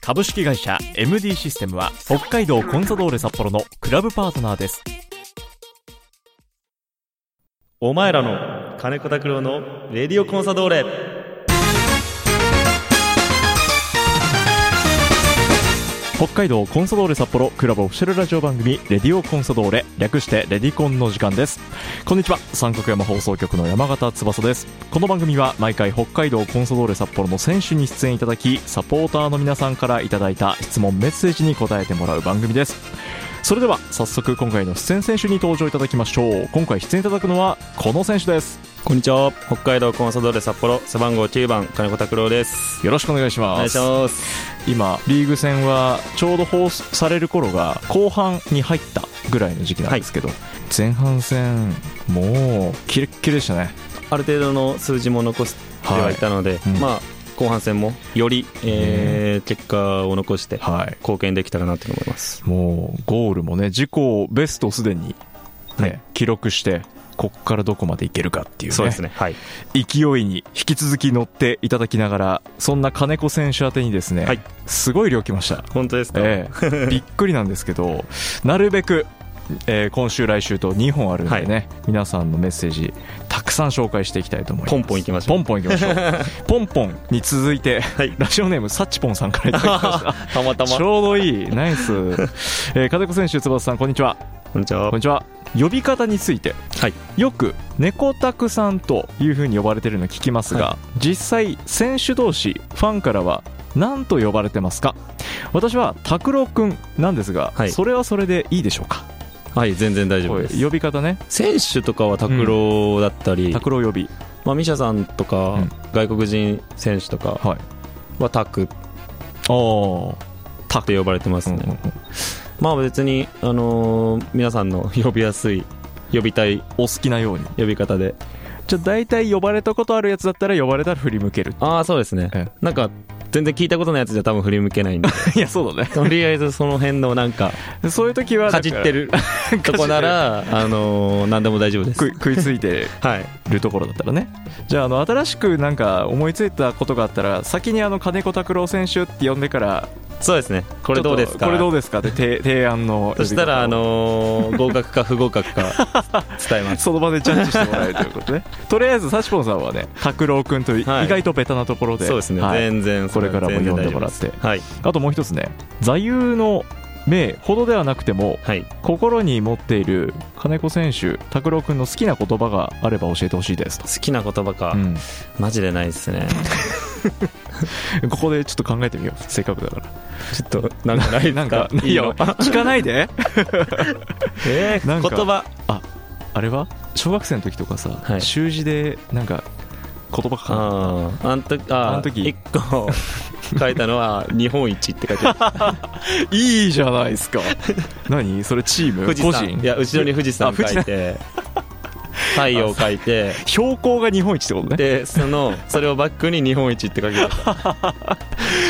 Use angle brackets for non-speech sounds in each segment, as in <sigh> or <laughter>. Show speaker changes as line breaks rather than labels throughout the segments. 株式会社 MD システムは北海道コンサドーレ札幌のクラブパートナーです
お前らの金子拓郎のレディオコンサドーレ
北海道コンサドーレ札幌クラブオフィシャルラジオ番組レディオコンサドーレ略してレディコンの時間ですこんにちは三角山放送局の山形翼ですこの番組は毎回北海道コンサドーレ札幌の選手に出演いただきサポーターの皆さんからいただいた質問メッセージに答えてもらう番組ですそれでは早速今回の出演選手に登場いただきましょう今回出演いただくのはこの選手です
こんにちは北海道コンサドーレ札幌背番号9番金子拓郎です
よろしくお願いし
お
ま
願い
す
します
今リーグ戦はちょうど放送される頃が後半に入ったぐらいの時期なんですけど、前半戦もうキレッキレでしたね
ある程度の数字も残してはいたので、
いうん
まあ後半戦もより、えー結果を残して
はい
貢献できたらなと思います
もうゴールもね自己ベストをすでに、ね
はい
記録してこっからどこまでいけるかっていう,、
そうですねはい、
勢いに引き続き乗っていただきながらそんな金子選手宛てにですね、
はい
すごい量来ました
本当ですか、
ええ <laughs> びっくりなんですけどなるべく、えー今週来週と2本あるんでね、皆さんのメッセージたくさん紹介していきたいと思います
ポンポンいきましょう
ポンポンいきまし
<laughs>
ょうポンポンに続いて、
はい
ラジオネームサッチポンさんからいただきました
たまた
ち
ま
ょうどいいナイス、えー、金子選手翼さんこんにちは
<laughs> こんにちは
こんにちは呼び方について、
はい
よく猫タクさんというふうに呼ばれてるの聞きますが、実際選手同士ファンからは何と呼ばれてますか私は拓郎くんなんですが、
はい
それはそれでいいでしょうか
はい全然大丈夫
こう
で
いう
す
呼び方ね
選手とかは拓郎だったり、
拓郎呼び
まあ、ミシャさんとか、
うん
外国人選手とか
はい
はタク
おー
タクって呼ばれてます
うん
ね、
うんうん
まあ別に、あのー皆さんの呼びやすい呼びたい
お好きなように
呼び方で
じゃあ大体呼ばれたことあるやつだったら呼ばれたら振り向ける
ああそうですね
え
なんか全然聞いたことないやつじゃ多分振り向けないん
<laughs>
で
いやそうだね
とりあえずその辺のなんか
そういう時は
かじって
る
る <laughs> とこなら、あのー何でも大丈夫です
食い食いついて
はい
るところだったらねじゃああの新しくなんか思いついたことがあったら先にあの金子拓郎選手って呼んでから
そうですね
こ
これどうですか
これどうですかって提提案の
そしたら、あ
呼び方を
のー合格か不合格か伝え
<laughs>
ます
その場でジャッジしてもらえるということねとりあえずサシポンさんはね拓郎君と意
はい
外とベタなところで、
そうですね、
はい
全然
こ
そ
れからも
全
呼
然
んで
大丈
も
夫
ら
で
っ
す
て
はい
あともう一つね座右の銘ほどではなくても
はい
心に持っている金子選手拓郎君の好きな言葉があれば教えてほしいですと
好、きな言葉か、
うん
マジでないです
<laughs>
ね
ここでちょっと考えてみようせっかくだから
ちょっとなんかないです
なんかい
い
い
い
よ
よ
聞かないで
え
<laughs>
ー
なんか
言葉
<laughs> あれは小学生の時とかさ、
はい
習字でなんか言葉書かな
あーあんとあ
あん時
1個 <laughs> 書いたのは「日本一」って書いてあ
<laughs>
る
いいじゃないです
<laughs>
か何それチーム
富士
個
山
人
いや後ろに富士
あ
山書
富士
いて太陽書
<laughs>
いて
標高が日本一ってことね
でそのそれをバックに「日本一」って書いてあ
<laughs> あ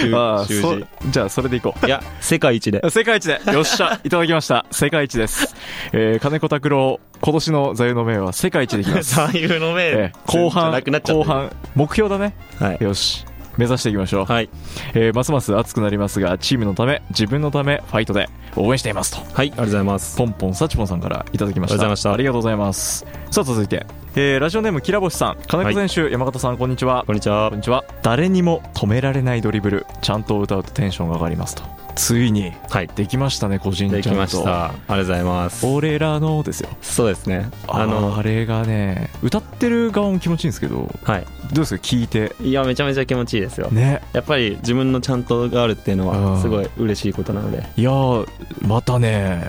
る
あ
習
そ
習
うじゃあそれでいこう
字いや世界一で
<laughs> 世界一でよっし
<laughs>
ゃいただきました世界一です、えー金子拓郎今年の座右の銘は世界一でいきます、
<laughs> 座右の銘、
えー後
じゃ
半
なくなっちゃって
後半目標だね
半はい、
よし目指していきましょう、
はい
えーますます熱くなりますがチームのため自分のためファイトで応援していますと
はい、ありがとうございます
ポンポンサチポンさんからいただきました
ありがとうございました
ありがとうございますさあ続いて、えーラジオネームきらぼしさん金子選手、山形さんこんにちは
こんにちは
こんにちは誰にも止められないドリブルちゃんと歌うとテンションが上がりますとついに
はい
できましたね個人
で
ち
き
ゃんと
ましたありがとうございます
俺らのですよ
そうですね
あ
あ
の
の
あれがね歌ってる側も気持ちいいんですけどど
は
うですか聞いて
いいやめちゃめちゃ気持ちいいですよ
ね
やっぱり自分のちゃんとがあるっていうの
うん
はすごい嬉しいことなので
いやーまたね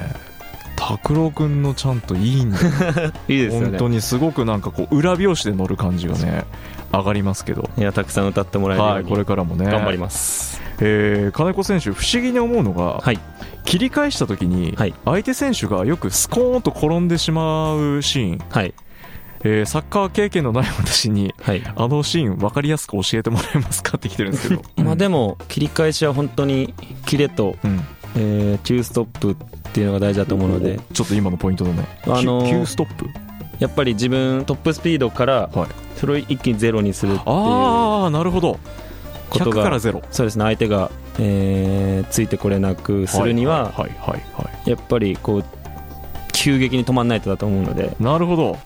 拓郎くんのちゃんといいんだよ
いいですよ
本
ね
当にすごくなんかこう裏表紙で乗る感じがね上がりますけど
いやたくさん歌ってもらえるよ
は
う
い、
に、
これからもね
頑張ります
えー金子選手不思議に思うのが、
はい
切り返した時に
はい
相手選手がよくスコーンと転んでしまうシーン、
はい。
えーサッカー経験のない私に
はい。
あのシーン分かりやすく教えてもらえますかって来てるんですけ
<laughs>
ど
まあで
も、
も、切り返しは本当に、キレと、
うん
えー、急ストップっていうのが大事だと思うので、
ちょっと今のポイントだね、
あのー
急ストップ
やっぱり自分、トップスピードから
はい、
それを一気にゼロにするっていうこ
ああなるほど
と
100から
が、
0
そうですね、相手が、えーついてこれなくするには、
はいはいはいは
やっぱりこう急激に止まんないとだと思うので
いなるほど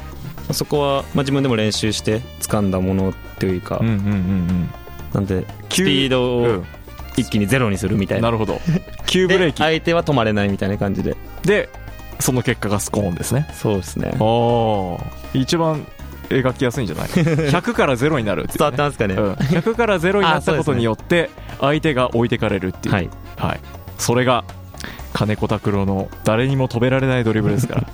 そこは、まあ、自分でも練習して掴んだものというか、
うんうんうんうん
なんで
急
スピード
う
を
ん
一気にゼロにするみたいな,、
なるほど急ブレー
で
キ
相手は止まれないみたいな感じで
でその結果がスコーンですね
そうですね
ああ一番描きやすいんじゃない
<laughs>
100から0になるっていう、ね、
伝わってますかね、
うん、100から0になったことによって相手が置いてかれるっていう
はい
はい、それが金子拓郎の誰にも止められないドリブルです
<laughs>
から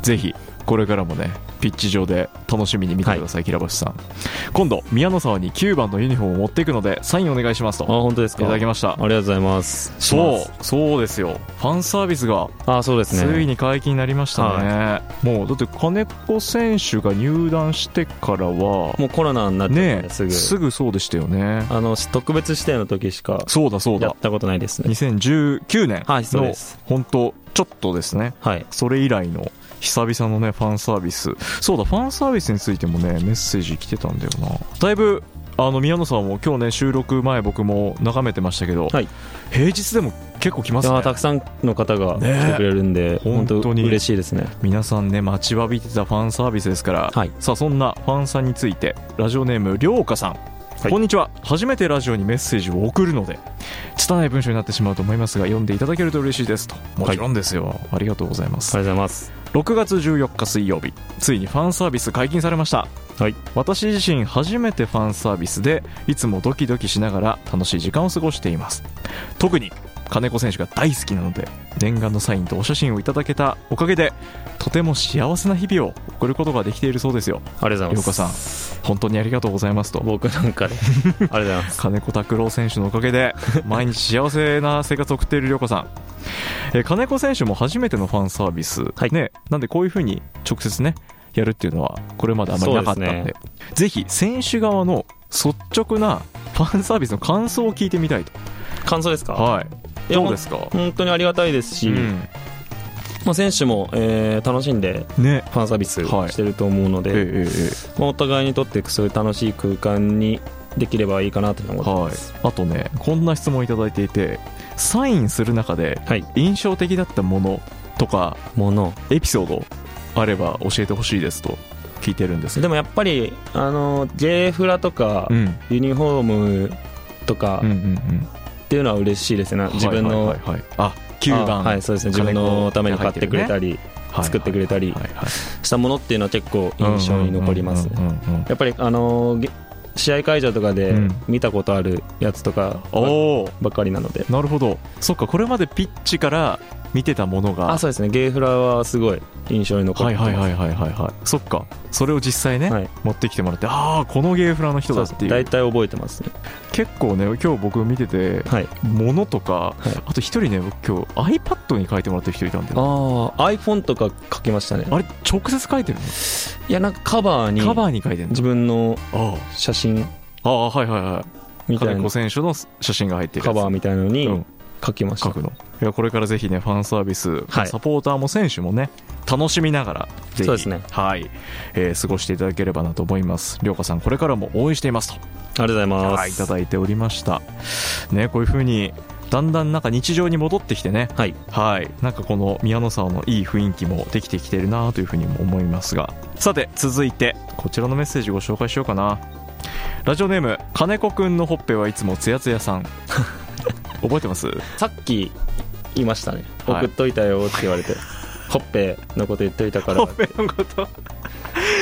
ぜひこれからもねピッチ上で楽しみに見てください、平星さん今度宮野沢に9番のユニフォームを持っていくのでサインお願いします
あ
と
本当です
い
か
ただき
あ
ました
りがとうございます
そうそうですよファンサービスが
あそうですね
ついに解禁になりましたねもうだって金子選手が入団してからは
もうコロナになっちゃったん
ね
で
え
すぐ
すぐそうでしたよね
あの特別指定の時しか
そうだそう
や
だ
ったことないですね
2019年
はいそう
の
です
本当ちょっとですね
はい
それ以来の久々のねファンサービスそうだファンサービスについてもねメッセージ来てたんだよなだいぶあの宮野さんも今日ね収録前僕も眺めてましたけど、
はい
平日でも結構来ま
い
す
や
ね
ーたくさんの方が来てくれるんで、
本
本
当に
当嬉しいですね
皆さんね待ちわびてたファンサービスですから、
はい
さあそんなファンさんについてラジオネームりょうかさん、
い
こんにちは初めてラジオにメッセージを送るので拙い文章になってしまうと思いますが読んでいただけると嬉しいですともちろんですよ、ありがとうございます
ありがとうございます
6月14日水曜日ついにファンサービス解禁されました
はい
私自身初めてファンサービスでいつもドキドキしながら楽しい時間を過ごしています特に金子選手が大好きなので念願のサインとお写真をいただけたおかげでとても幸せな日々を送ることができているそうですよ
ありがとうございま
涼子さ
す
ん本当にありがとうございますと
僕な
<laughs>
んかでありがとうございます
金子拓郎選手のおかげ
<laughs>
で毎日幸せな生活を送っている涼子さん、えー金子選手も初めてのファンサービス、
はい
ね、なんでこういうふうに直接ねやるっていうのはこれまであまりなかったんで
そうで
ぜひ選手側の率直なファンサービスの感想を聞いてみたいと、
感想ですか
はい、
いや
どうですか、
本当にありがたいですし、
うん
まあ、選手も、えー楽しんで
ね
ファンサービス
はい
してると思うので、
えええええ
まあ、お互いにとってそういう楽しい空間にできればいいかなと思
え
って
は
ま
い
す、、
あとねこんな質問いただいていてサインする中で
はい
印象的だったものとか
もの
エピソードあれば教えてほしいですと聞いてるんです
でもやっぱりあの J フラとか、
うん、
ユニフォームとか
うんうんうん
っていうのは嬉しいですね、自分の、
はいはいはいはいあ9
あ
番
はいそうですね自分のために買ってくれたり作ってくれたりしたものっていうのは結構印象に残りますね
ね
やっぱりあのーげ試合会場とかで
うん
見たことあるやつとかば
おお
ばっかりなので、
なるほどそっかこれまでピッチから見てたものが
あそうですねゲイフラはすごい印象に残
は
って
い
ます
はいはいはいはいはいそっかそれを実際ね、
はい
持ってきてもらってああこのゲーフラの人だ
そう
っ
です
て
ね
いう
大体覚えてますね
結構ね今日僕見てて
はい
ものとか、
はい
あと一人ね僕今日 iPad に書いてもらってる人いたんであ
ああ iPhone とか書きましたね
れ直接書いてるの
いやなんかカバーに
カバーに書いてるの
自分の
あ
写真
あああはいはいはい
みたい
金
な
子選手の写真が入ってるや
カ
つ
バーみたいな
う
のに
ん
書きました、
書くのいやこれからぜひねファンサービス、
はい
サポーターも選手もね楽しみながらぜひ
そうですね
はいえー過ごしていただければなと思います涼香さんこれからも応援していますと
ありがとうございます、
はいいただいておりましたねこういう風にだんだんなんか日常に戻ってきてね
はい
はいなんかこの宮野沢のいい雰囲気もできてきてるなというふうにも思いますがさて続いてこちらのメッセージご紹介しようかなラジオネーム金子くんのほっぺはいつもつやつやさん <laughs> 覚えてます
さっき言いましたね、
はい
送っといたよって言われてほっぺのこと言っといたから
ほ
こ
っぺのこと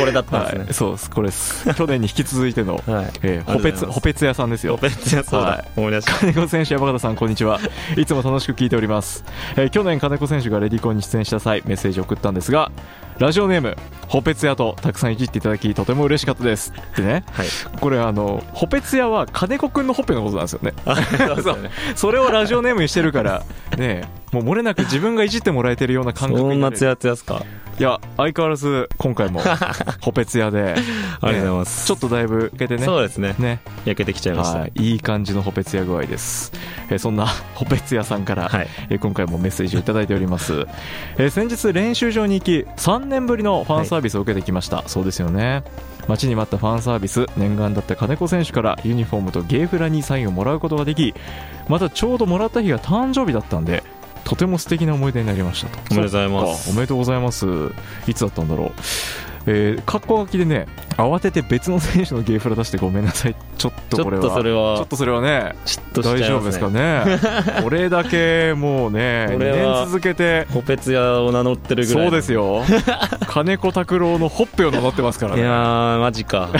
れだったん
は
で
い、
す
そうですこれです去年に引き続いての、
ねはい、
えー、ほぺつ
ありがとうございます
ほぺつ屋さんですよ
ほっぺってやつそうだ、
はい
思い出した
金子選手山形さんこんにちはいつも楽しく聞いております、えー去年金子選手がレディコンに出演した際メッセージを送ったんですがラジオネームほぺつ屋とたくさんいじっていただきとても嬉しかったですってね
はい
<laughs> これあのほぺつ屋は金子くんのほっぺのことなんですよね <laughs>
あそうですよね
それをラジオネームにしてるからねえもう漏れなく自分がいじってもらえてるような感覚
<laughs> そん
にな
な
る
ツヤツヤっすか
いや相変わらず今回
<laughs>
もほぺつやで、
ありがとうござい
ね
ます
ちょっとだいぶいけてね
そうですね
ね
焼けてきちゃいました
はいいい感じのほぺつや具合です、えーそんなほぺつやさんから、
はい
えー今回もメッセージをいただいております、えー先日練習場に行き3年ぶりのファンサービスを受けてきました、そうですよね待ちに待ったファンサービス念願だった金子選手からユニフォームとゲーフラにサインをもらうことができまたちょうどもらった日が誕生日だったんでとても素敵な思い出になりましたと
おめでとうございます
おめでとうございますいつだったんだろうえー、格好書きでね慌てて別の選手のゲーフラ出してごめんなさいちょっと
ち
こ
ょ
れ
っ
は
とそれ
ちょっ
は
とそれはね
嫉妬
大
しちゃ
丈
いま
夫ですす
ね
か
<laughs>
ね俺だけもうね2
俺は
年続けて
ほぺつやを名乗ってるぐらい
そうです
<laughs>
よ金子拓郎のほっぺを名乗ってますから
い
ね
やーマジか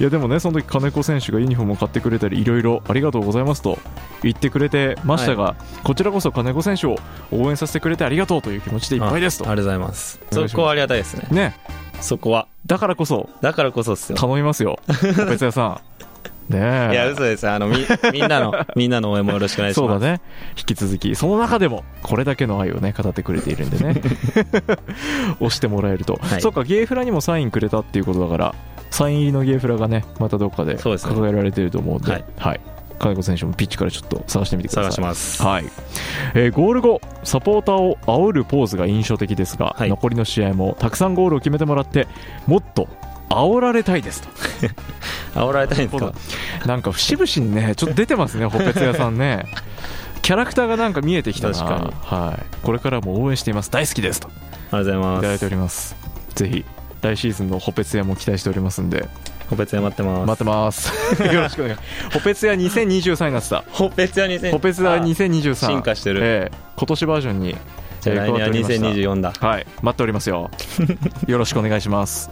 いやでもねその時金子選手がユニフォームを買ってくれたりいろいろありがとうございますと言ってくれてましたが、こちらこそ金子選手を応援させてくれてありがとうという気持ち <laughs> でいっぱいですと
あありがとうございます
お願いします
そこはありがたいですね
ね
そこは
だからこそ
だからこそっすよ
頼み
<laughs>
ますよ別屋さんねえ
いや嘘ですあ
<laughs>
のみみんなのみんなの応援もよろしくお願いし
そう
ま
だ
す
ね引き続きその中でもこれだけの愛をね語ってくれているんでね
<laughs>
押してもらえると、
はい
そっかゲーフラにもサインくれたっていうことだからサイン入りのゲーフラがねまたどっかで
そうですね
掲げられてると思うんで
はい
はい、金子選手もピッチからちょっと探してみてください
探します
はいえーゴール後サポーターを煽るポーズが印象的ですが、
はい
残りの試合もたくさんゴールを決めてもらってもっと煽られたいですと
煽られたいんです
なる
か
なんか節々にねちょっと出てますねほっぺつ屋さんねキャラクターがなんか見えてきたな
確かに
はい、これからも応援しています大好きですとい
ありがとうご
た
ざ
だ
い
いてお
ま
りますぜひ来シーズンのほっぺつ屋も期待しておりますんです
ほぺつや待ってます
待ってます
<laughs>
よろしくお願いほっぺつ屋2023になってた
ほぺつや2000
ほっぺつ屋2023
進化してる
ええ今年バージョンに
じゃあ来年は2024だ
はい、待っておりますよ。よろしくお願いします。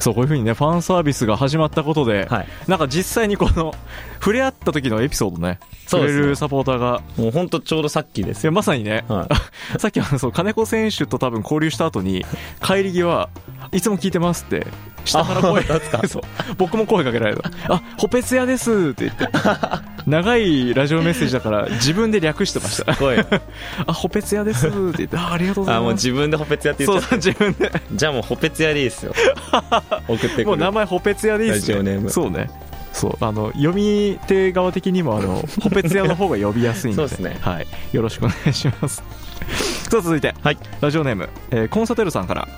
そう、こういうふうにね、ファンサービスが始まったことで、
はい
なんか実際にこの、 <laughs> 触れ合った時のエピソードね、
そう
触
です
れ
ね
るサポーターが、
もうほんとちょうどさっきです
い
よ
や、まさにね、
は
<laughs> さっきあの、そう、金子選手と多分交流した後に、帰り際、いつも聞いてますって、下から声
あ本当です
<laughs>
か
そう僕も声かけられた。あ、ほぺつやですって
<laughs>
言って。長いラジオメッセージだから、自分で略してまし
い
た。
す
<laughs>
ごい
あ、ほぺつやですって言って、あ、ありがとうござい
あ
ます。
もう自分でほぺつやって言っちゃっ
そうそう、自分で。
たじゃあもうほぺつやでいい
<laughs>
ですよ送ってくる
もう名前ほぺつやでいいっ
ラジ
す
オネ
ね
ーム
そうねそうあの読み手側的にもあ
<laughs>
のほぺつやの方が呼びやすいんで
そうですね
はい、よろしくお願いしますさあ続いて、
はい
ラジオネーム、えーコンサテルさんから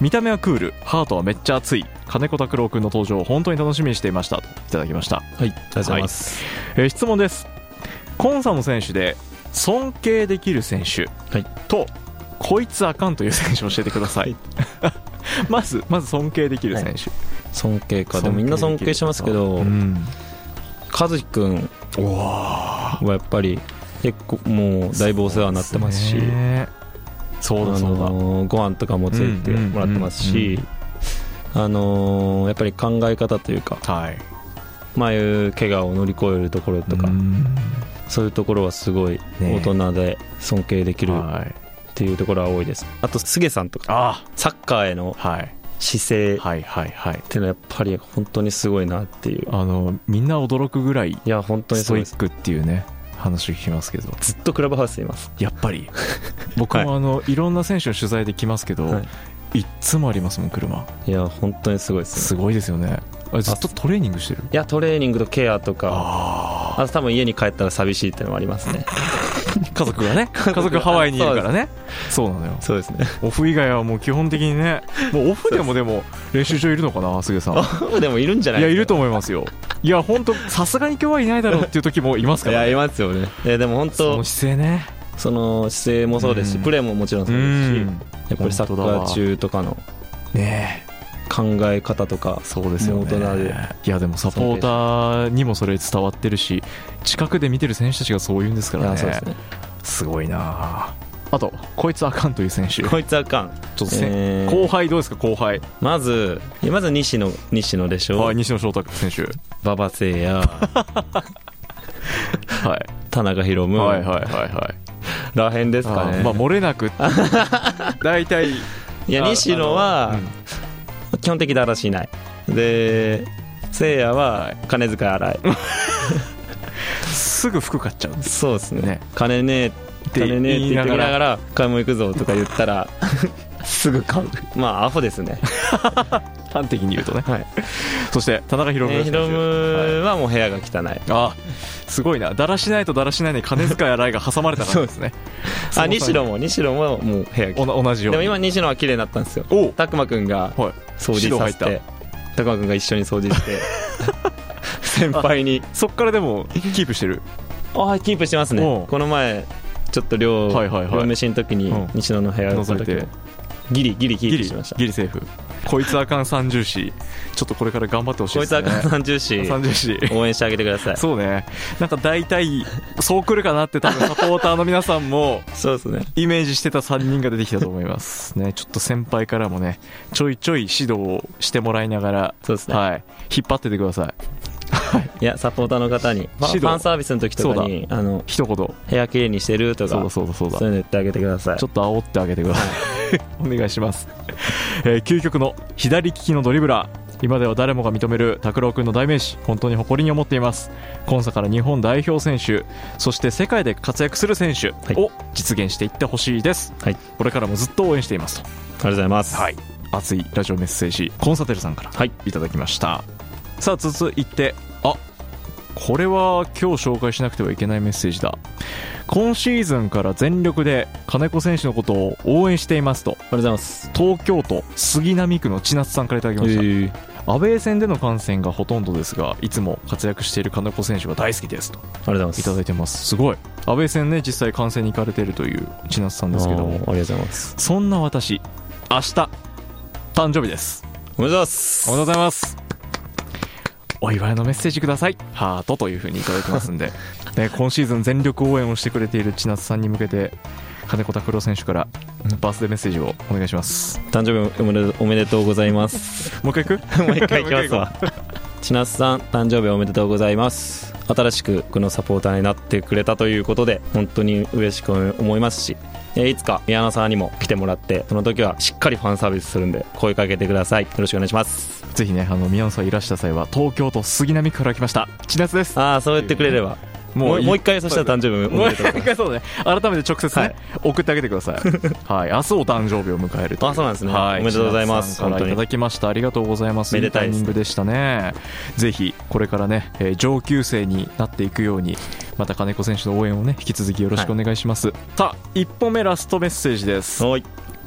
見た目はクールハートはめっちゃ熱い金子拓郎君の登場を本当に楽しみにしていましたといただきました、
はいありがとうございます
えー質問ですコンサの選手で尊敬できる選手
はい
とこいつあかんという選手を教えてください、 <laughs> まずまず尊敬できる選手、
尊敬かでもみんな尊敬してますけど
うん
和樹くんはやっぱり結構もうだいぶお世話になってますし
ねそうだ
あ
そうだ、
のーご飯とかもついてもらってますし、あのーやっぱり考え方というか、
はい
まあああいう怪我を乗り越えるところとか、
うん
そういうところはすごい大人で尊敬できるっ
はい
ていうところは多いです。あと、菅さんとか、
あ
サッカーへの
はい
姿勢っ
はいはいはい
ていうのはやっぱり本当にすごいなっていう。
あのみんな驚くぐらい
いや、本当に
ス
すご
ト
い
イ
です
ッ。クっていうね話を聞きますけど
ずっとクラブハウスにいます。
やっぱ
<laughs>
り僕
は
もあの、い、ろんな選手の取材で来ますけど、、
はい
つもありますもん車
いや、本当にすごいですね。
すごいですよねあれずっとトレーニングしてる
いや、トレーニングとケアとか、
あ
あと多分家に帰ったら寂しいっていうのもありますね。
あ家族がね家族ハワイにいるからねそうなのよ
<laughs> そうですね。
オフ以外はもう基本的にねもうオフでもでも練習場いるのかな杉さん
でもいるんじゃない
いや
で
い
すか
ると思いますよいや本当さすがに今日はいないだろうっていう時もいますか
い
ら、
や、
ね、
いますよね。えでも本
その
当、
姿勢ね
その姿勢もそうですし、
うん
プレーももちろんそうですし、やっぱりサッカ
本当だわ
ー中とかの
ねえ
考え方とか、
そうですよね
もう大人で
いやでもサポーターにもそれ伝わってるし近くで見てる選手たちがそう言うんですか
い
ら
や
ね
そうですね。
すごいなあとこいつあかんという選手ちょ
こいつあかん。
っとせ、
えー
後輩どうですか後輩、
まず、いやまず西野、西野でし
は
ょ
い、。西野翔太選手
馬場聖也、
はい、
田中宏夢、
はいはいはいはい
らへんですか
あ
ね。
ーまあ漏れな
<laughs>
く大体
いや、
あ
西野は、
あのうん
基本的だらしない。で、聖也は、金遣い荒い。
すすぐ服買っちゃうんです
そうですね
ね
金ねえ
って
金ねえっ
言い
て言ってき
な
な
が
がら買い物行くぞとか言ったら
すぐ買う
まあアホですね
端的に言うとね、
はい
そして田中宏
えー
文
ヒ
選
ロ
手
ムはもう部屋が汚い
あすごいなだらしないとだらしないに金遣い洗いが挟まれたからですね
あ西野も西野ももう部屋汚
お
い
な同じ
で
よう
も
に
今西野は綺麗になったんですよ
おう
拓磨くんが
はい
掃除させ
指導入
て拓磨くんが一緒に掃除して
<laughs>
先輩に
そっからでもキープしてる
ああキープしてます
お
ね
う
この前ちょっと寮、
はいはいはい
寮飯の時に
うん
西野の部屋の時も
覗いて
ギリギリキ
ギ
ープ
リ
しました
ギリセーフこいつあかん三重視ちょっとこれから頑張ってほしい
こ
で
いつは
すね
関重視
三重視
応援してあげてください
そうねなんか大体そう来るかなって多分サポーターの皆さんも
そうですね
イメージしてた3人が出てきたと思います
<laughs>
ねちょっと先輩からもねちょいちょい指導をしてもらいながら
そうですね、
はい引っ張っててください
い、やサポーターの方にファン
指導
ファンサービスの時とかにあの
一言
部屋きれいにしてるとか
そうだそうだそうだ
そういうの言ってあげてください
ちょっと煽ってあげてください。 <laughs> お願いします。えー究極の左利きのドリブラー。今では誰もが認める拓郎君の代名詞、本当に誇りに思っています。今作から日本代表選手、そして世界で活躍する選手
い
を実現していってほしいです。
はい
これからもずっと応援していますと。
ありがとうございます、
い。熱いラジオメッセージ、コンサテルさんから
はい
いただきました。さあ、続いて、あこれは今日紹介しなくてはいけないメッセージだ。今シーズンから全力で金子選手のことを応援していますと
ありがとうございます
東京都杉並区の千夏さんからいただきました、
ー
安倍戦での観戦がほとんどですがいつも活躍している金子選手が大好きですと
ありがとうご
いた
ざい
だ
ま
いてますすごい安倍戦ね実際観戦に行かれているという千夏さん
す
ですけど
あーあり
も
がとうございます
そんな私明日誕生日です
おめでとうございま
お
す
めでとうございますお祝いのメッセージくださいハートというふうにいただいてますん <laughs> で、ね、今シーズン全力応援をしてくれている千夏さんに向けて金子拓郎選手からバースデーメッセージをお願いします
誕生日おめでとうおめでとうございます
もう一回行く
もう一回いきますわ <laughs> 千夏さん誕生日おめでとうございます新しくこのサポーターになってくれたということで本当に嬉しく思いますしえーいつか宮野さんにも来てもらってその時はしっかりファンサービスするんで声かけてくださいよろしくお願いします
ぜひねあの宮野さんいらした際は東京都杉並区から来ました千夏です
ああそう言ってくれればもう
いい
もう一回そしたら誕生日お
<laughs> もう
めで
一
とうございま
回そうね改めて直接ね、
はい
送ってあげてくだ <laughs> さいはい明日お誕生日を迎えるという
あそうなんですね
はい
おめでとうございます
千夏さんからいただきましたありがとうございます
めでたい
い
で
タイ
す
ミ
ね
ングでしたねぜひこれからね、えー上級生になっていくようにまた金子選手の応援をね引き続きよろしくお願いします、さあ一歩目ラストメッセージです
すはい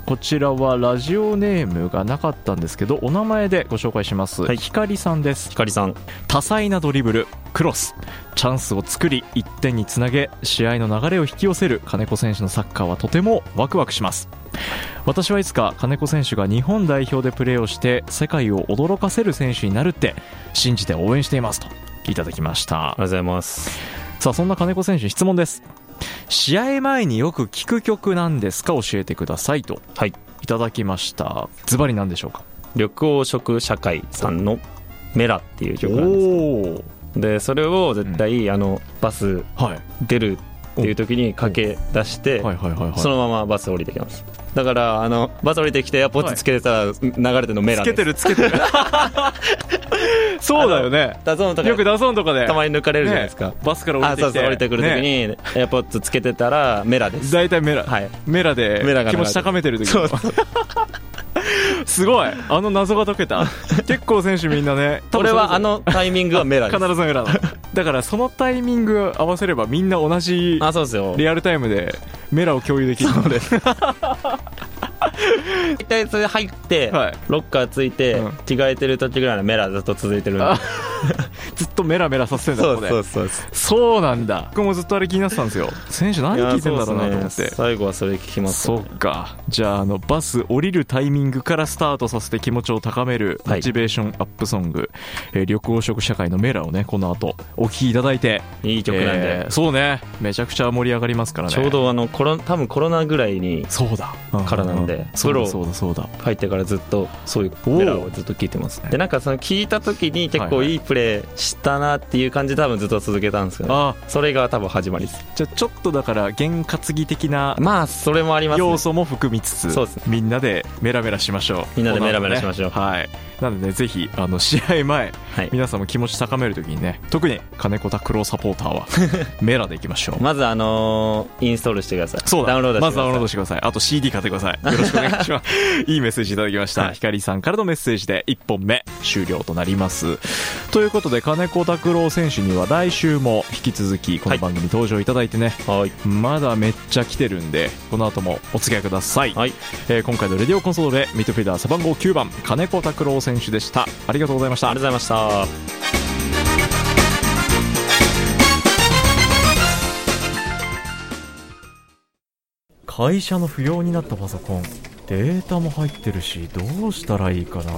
こちらはラジオネームがなかったんですけどお名前でご紹介します、
はい
ひかりさんです
ひかりさん
多彩なドリブルクロスチャンスを作り1点につなげ試合の流れを引き寄せる金子選手のサッカーはとてもワクワクします私はいつか金子選手が日本代表でプレーをして世界を驚かせる選手になるって信じて応援していますといただきました
ありがとうございます
さあそんな金子選手に質問です試合前によく聴く曲なんですか教えてくださいと
はい
いただきましたズバリ何でしょうか
緑黄色社会さんの「メラ」っていう曲なんです
お
でそれを絶対、あのバス
はい
出るっていう時に駆け出して、
はいはいはいはい
そのままバス降りてきますだからあのバス降りてきてエアポッツつけてたら流れてるのメラ
つけ
です
てるつけてるそうだよね
ダゾーンとか
よくダゾーンとかで
たまに抜かれるじゃないですか、
ねバスから降
あ
りて
そう
き
そう
て
降りてくる時
ね
に、エアポッツつけてたらメラです
大体メラ
はい
メラ
メ
で
ラが流れて
気
る
持ち高めてる時
そう
すごいあの謎が解け
<laughs>
た結構選手みんなね多分
俺は
それぞれ
あのタイミングはメラで
必
す
ずメラなのだからそのタイミング合わせればみんな同じ
あそうですよ
リアルタイムでメラを共有できるので
一体それ入って、
はい
ロッカーついて、
うん
着替えてる時ぐらいのメラずっと続いてるんで
あずっとメラメラさせてんだ
そ
ここ
う
で
そうそうそう
そうなんだ僕もずっとあれ気になってたんですよ選手何
いや
聞いてんだろうなと
そ
思
っ
っ
すね
て
最後はそれ聞きますね
そうかじゃああのバス降りるタイミングからスタートさせて気持ちを高める
はい
モチベーションアップソング、えー緑黄色社会のメラをねこの後お聴きいただいて
いい曲なんで、
えーそうねめちゃくちゃ盛り上がりますからね
ちょうどあのコロ多分コロナぐらいに
そうだ
からなんで
うそう
プ
だ
ロ
そうだそうだ
入ってからずっとそういうメラをずっと聞いてますでなんかその聞いた時に結
は
構
いはい
いいプレーしたなっていう感じで多分ずっと続けたんですけど
あ
それが多分始まりです
じゃあちょっとだから験担ぎ的な
まあそれもありますね
要素も含みつつ
そうですね
みんなでメラメラしましょう
みんなでメラメラしましょう
この後ねはいなのでねぜひあの試合前
はい
皆さんも気持ち高めるときにね特に金子拓郎サポータ
<laughs>
ーはメラでいきましょう
まずあのーインストールしてください
そうだ
ダウンロードして
ま
く
ず
だ
ダウ
さい
ンロードしてくださいあと CD 買ってくださ
<laughs>
いよろしくお願いしますいいメッセージいただきました、
はい
ひかりさんからのメッセージで1本目終了となりますということで金子拓郎選手には来週も引き続きこの番組登場いただいてね、
はい
まだめっちゃ来てるんでこの後もお付き合いください、
はい
えー今回のレディオコンソールでミッドフィルダー背番号9番金子拓郎選手でしたありがとうございました
ありがとうございました
会社の不要になったパソコンデータも入ってるしどうしたらいいかな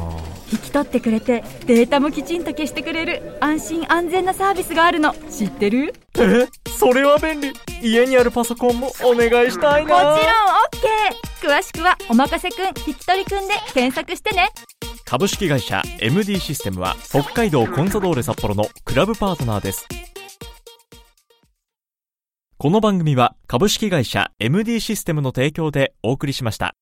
引き取ってくれてデータもきちんと消してくれる安心安全なサービスがあるの知ってる
えそれは便利家にあるパソコンもお願いしたい
もちろん OK 詳しくは「おまかせくん引き取りくん」で検索してね
株式会社 MD システムは北海道コンサドーレ札幌のクラブパートナーですこの番組は株式会社 MD システムの提供でお送りしました